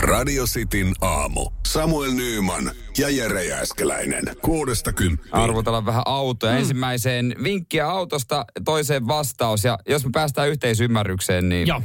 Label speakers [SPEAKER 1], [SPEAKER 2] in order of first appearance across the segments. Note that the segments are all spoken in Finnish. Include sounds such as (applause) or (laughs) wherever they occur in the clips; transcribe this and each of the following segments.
[SPEAKER 1] Radio Cityn aamu. Samuel Nyyman ja Jere Jääskeläinen. Kuudesta kymppiin.
[SPEAKER 2] Niin.
[SPEAKER 3] arvotella vähän autoja. Mm. Ensimmäiseen vinkkiä autosta, toiseen vastaus. Ja jos me päästään yhteisymmärrykseen, niin
[SPEAKER 2] Joo.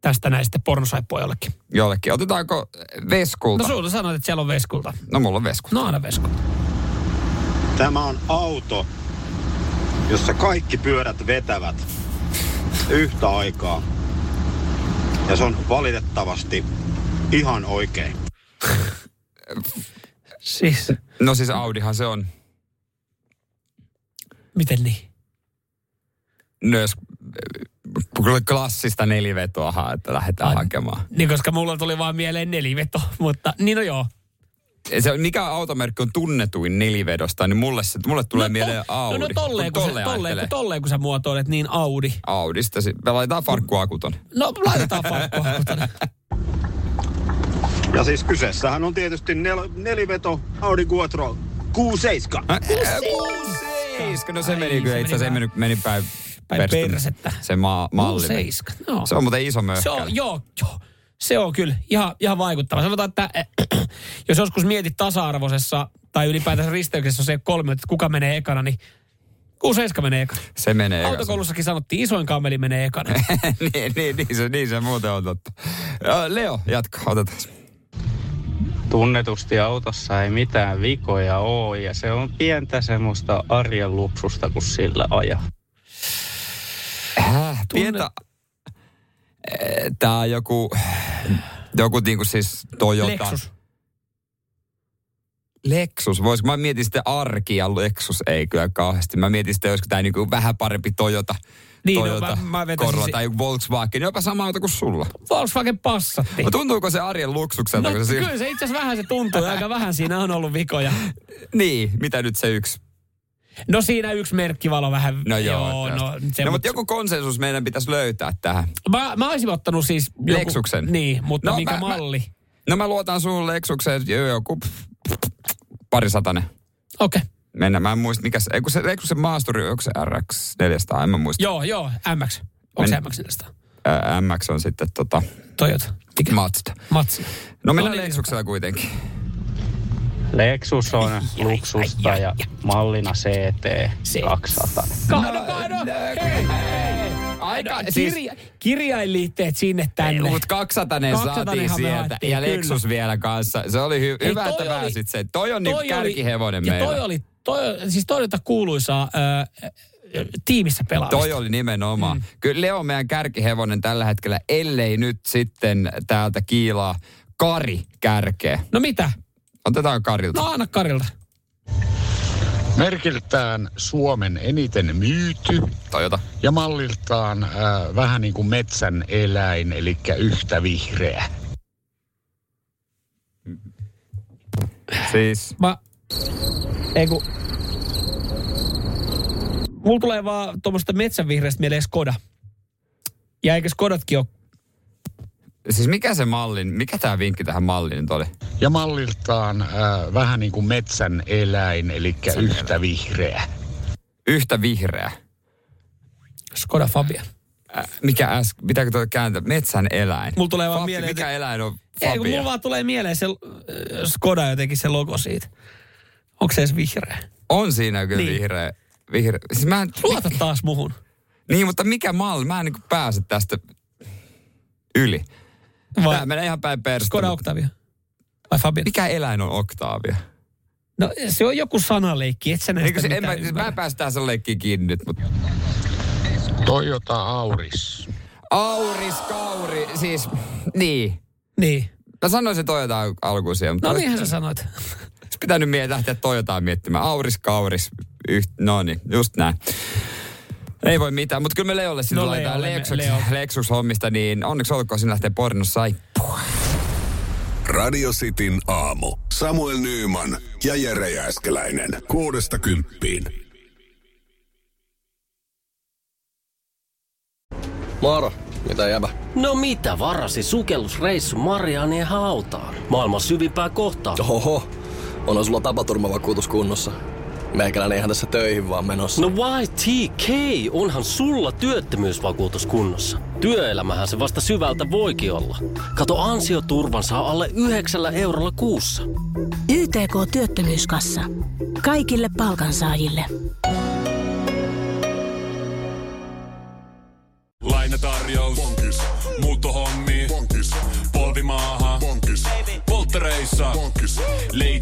[SPEAKER 2] Tästä näin sitten pornosaippua jollekin.
[SPEAKER 3] jollekin. Otetaanko Veskulta?
[SPEAKER 2] No sulta sanoit, että siellä on veskulta.
[SPEAKER 3] no mulla on Veskulta.
[SPEAKER 2] No aina veskulta.
[SPEAKER 4] Tämä on auto, jossa kaikki pyörät vetävät yhtä aikaa. Ja se on valitettavasti ihan oikein.
[SPEAKER 2] Siis,
[SPEAKER 3] No siis Audihan se on
[SPEAKER 2] miten niin?
[SPEAKER 3] myös kyllä klassista nelivetoa, ha- että lähdetään
[SPEAKER 2] Ai.
[SPEAKER 3] hakemaan.
[SPEAKER 2] Niin koska mulla tuli vaan mieleen neliveto, mutta niin no joo.
[SPEAKER 3] Se, on- mikä automerkki on tunnetuin nelivedosta, niin mulle, se, mulle tulee
[SPEAKER 2] no,
[SPEAKER 3] mieleen
[SPEAKER 2] to-
[SPEAKER 3] Audi.
[SPEAKER 2] No, no tolleen, kun, se, tolleen,
[SPEAKER 3] ajattelee.
[SPEAKER 2] kun, tolleen, kun sä muotoilet, niin Audi.
[SPEAKER 3] Audista. se- Me laitetaan farkkuakuton.
[SPEAKER 2] No laitetaan
[SPEAKER 3] (laughs)
[SPEAKER 2] farkkua.
[SPEAKER 4] Ja siis kyseessähän on tietysti nel- neliveto Audi Quattro 67.
[SPEAKER 3] Seiska. No se
[SPEAKER 2] Ai,
[SPEAKER 3] meni
[SPEAKER 2] se
[SPEAKER 3] kyllä itse asiassa,
[SPEAKER 2] meni
[SPEAKER 3] meni, meni päin,
[SPEAKER 2] päin
[SPEAKER 3] perstun-
[SPEAKER 2] persettä.
[SPEAKER 3] Se maa, malli.
[SPEAKER 2] Seiska. No.
[SPEAKER 3] Se on muuten iso möhkä.
[SPEAKER 2] Se on, joo, joo. Se on kyllä ihan, ihan vaikuttava. Sanotaan, että (clears throat) äh, jos joskus mietit tasa-arvoisessa tai ylipäätänsä risteyksessä on se kolme, että kuka menee ekana, niin 6-7 menee ekana.
[SPEAKER 3] Se menee.
[SPEAKER 2] Autokoulussakin sanottiin, isoin kameli menee ekana.
[SPEAKER 3] (laughs) niin, niin, niin, se, niin se muuten on totta. Ö, Leo, jatka, otetaan.
[SPEAKER 5] Tunnetusti autossa ei mitään vikoja ole ja se on pientä semmoista arjen luksusta, kun sillä ajaa.
[SPEAKER 3] Häh, pientä... Eh, Tää on joku... Joku niinku siis Toyota.
[SPEAKER 2] Lexus.
[SPEAKER 3] Lexus. Vois, mä mietin sitten Arkia, Lexus ei kyllä kauheasti. Mä mietin sitten, olisiko tää niinku vähän parempi Toyota.
[SPEAKER 2] Niin, no,
[SPEAKER 3] Toyota,
[SPEAKER 2] mä- mä vetäisin
[SPEAKER 3] Corolla
[SPEAKER 2] se-
[SPEAKER 3] tai Volkswagen, jopa sama auto kuin sulla.
[SPEAKER 2] Volkswagen Passatti.
[SPEAKER 3] No, tuntuuko se arjen luksuksena?
[SPEAKER 2] No,
[SPEAKER 3] kun se,
[SPEAKER 2] kyllä se itse asiassa vähän se tuntuu, aika vähän siinä on ollut vikoja.
[SPEAKER 3] Niin, mitä nyt se yksi?
[SPEAKER 2] No siinä yksi merkkivalo vähän.
[SPEAKER 3] No joo.
[SPEAKER 2] no, se,
[SPEAKER 3] no mutta joku konsensus meidän pitäisi löytää tähän.
[SPEAKER 2] mä, mä olisin ottanut siis... joku-
[SPEAKER 3] Lexuksen.
[SPEAKER 2] Niin, mutta
[SPEAKER 3] No,
[SPEAKER 2] no, mikä
[SPEAKER 3] mä-
[SPEAKER 2] mä,
[SPEAKER 3] mä-
[SPEAKER 2] malli? Okei.
[SPEAKER 3] No mä luotan sun Lexukseen jo- joku parisatanen.
[SPEAKER 2] Okay.
[SPEAKER 3] Mennä, mä en muista, mikä se, ei, kun se Lexuksen maasturi, onko se RX 400, en mä muista.
[SPEAKER 2] Joo, joo, MX. Onko se
[SPEAKER 3] Men-
[SPEAKER 2] MX näistä?
[SPEAKER 3] Ää, MX on sitten tota,
[SPEAKER 2] Toyota. Mikä?
[SPEAKER 3] Mazda.
[SPEAKER 2] Matsi.
[SPEAKER 3] No mennään
[SPEAKER 2] niin.
[SPEAKER 3] Lexuksella kuitenkin.
[SPEAKER 5] Lexus on
[SPEAKER 2] ai,
[SPEAKER 5] luksusta
[SPEAKER 2] ai,
[SPEAKER 5] ja
[SPEAKER 2] ai.
[SPEAKER 5] mallina CT 200.
[SPEAKER 2] Kahdo, kahdo. Hei, hei.
[SPEAKER 3] Aika,
[SPEAKER 2] No,
[SPEAKER 3] No, siis-
[SPEAKER 2] kirja, kirjainliitteet sinne tänne.
[SPEAKER 3] Mutta 200 saatiin
[SPEAKER 2] 200
[SPEAKER 3] sieltä
[SPEAKER 2] haettiin,
[SPEAKER 3] ja
[SPEAKER 2] kyllä.
[SPEAKER 3] Lexus vielä kanssa. Se oli hy-
[SPEAKER 2] Ei,
[SPEAKER 3] hyvä,
[SPEAKER 2] toi
[SPEAKER 3] että
[SPEAKER 2] oli-
[SPEAKER 3] pääsit sen. Toi on niinku
[SPEAKER 2] toi oli-
[SPEAKER 3] kärkihevonen
[SPEAKER 2] ja
[SPEAKER 3] meillä.
[SPEAKER 2] Toi oli, toi, siis todelta kuuluisaa ö, ö, tiimissä pelaamista.
[SPEAKER 3] Toi oli nimenomaan. Mm. Kyllä Leo on meidän kärkihevonen tällä hetkellä, ellei nyt sitten täältä kiilaa Kari kärkeä.
[SPEAKER 2] No mitä?
[SPEAKER 3] Otetaan Karilta.
[SPEAKER 2] No anna Karilta.
[SPEAKER 6] Merkiltään Suomen eniten myyty
[SPEAKER 3] Toyota.
[SPEAKER 6] ja malliltaan äh, vähän niin kuin metsän eläin, eli yhtä vihreä.
[SPEAKER 3] Siis
[SPEAKER 2] Mä... Ei kun... Mulla tulee vaan tuommoista metsänvihreästä mieleen Skoda. Ja eikö Skodatkin ole...
[SPEAKER 3] Siis mikä se mallin, mikä tämä vinkki tähän malliin nyt oli?
[SPEAKER 6] Ja malliltaan äh, vähän niin kuin metsän eläin, eli yhtä vihreä.
[SPEAKER 3] Yhtä vihreä.
[SPEAKER 2] Skoda Fabia.
[SPEAKER 3] Äh, mikä äs, pitääkö tuota kääntää? Metsän eläin.
[SPEAKER 2] Mulla tulee vaan
[SPEAKER 3] Fabi,
[SPEAKER 2] mieleen,
[SPEAKER 3] Mikä
[SPEAKER 2] että-
[SPEAKER 3] eläin on
[SPEAKER 2] Ei, kun
[SPEAKER 3] Fabia?
[SPEAKER 2] mulla vaan tulee mieleen se äh, Skoda jotenkin se logo siitä. Onko se edes vihreä?
[SPEAKER 3] On siinä kyllä
[SPEAKER 2] Niin.
[SPEAKER 3] vihreä. vihreä. Siis mä en,
[SPEAKER 2] Luota taas muhun.
[SPEAKER 3] niin, mutta mikä malli? Mä en niin pääse tästä yli.
[SPEAKER 2] Vai
[SPEAKER 3] Tää menee ihan päin perstä.
[SPEAKER 2] Skoda
[SPEAKER 3] mutta-
[SPEAKER 2] Octavia? Vai Fabia?
[SPEAKER 3] Mikä eläin on oktaavia?
[SPEAKER 2] No se on joku sanaleikki, et sä näistä
[SPEAKER 3] Eikö se, en
[SPEAKER 2] mitään
[SPEAKER 3] mä, siis
[SPEAKER 2] ymmärrä.
[SPEAKER 3] mä en päästä tähän sen leikkiin kiinni nyt, mutta...
[SPEAKER 6] Toyota Auris.
[SPEAKER 3] Auris, kauri, siis... Niin.
[SPEAKER 2] Niin.
[SPEAKER 3] Mä sanoisin Toyota al- alkuun siihen, mutta...
[SPEAKER 2] No niinhän sä sanoit.
[SPEAKER 3] Olisi pitänyt mie- lähteä Toyotaa miettimään. Auris, kauris, yht, no niin, just näin. Ei voi mitään, mutta kyllä me Leolle sitten
[SPEAKER 2] No
[SPEAKER 3] no laitetaan
[SPEAKER 2] Leolle me-
[SPEAKER 3] Lexus,
[SPEAKER 2] Leo.
[SPEAKER 3] Lexus-hommista, niin onneksi olkoon sinä lähtee pornossa.
[SPEAKER 1] Radio Cityn aamu. Samuel Nyyman ja Jere Jääskeläinen. Kuudesta kymppiin.
[SPEAKER 7] Moro, mitä jäbä?
[SPEAKER 8] No mitä varasi sukellusreissu Marianien hautaan? Maailman syvimpää kohtaa.
[SPEAKER 7] Oho, onhan sulla tapaturmavakuutus kunnossa. Meikäläinen ihan tässä töihin vaan menossa.
[SPEAKER 8] No YTK, onhan sulla työttömyysvakuutus kunnossa. Työelämähän se vasta syvältä voikin olla. Kato ansioturvan saa alle 9 eurolla kuussa.
[SPEAKER 9] YTK Työttömyyskassa. Kaikille palkansaajille.
[SPEAKER 10] Lainatarjous. Bonkis. Muuttohommi. Bonkis. Polvimaaha. Bonkis. Polttereissa. Bonkis.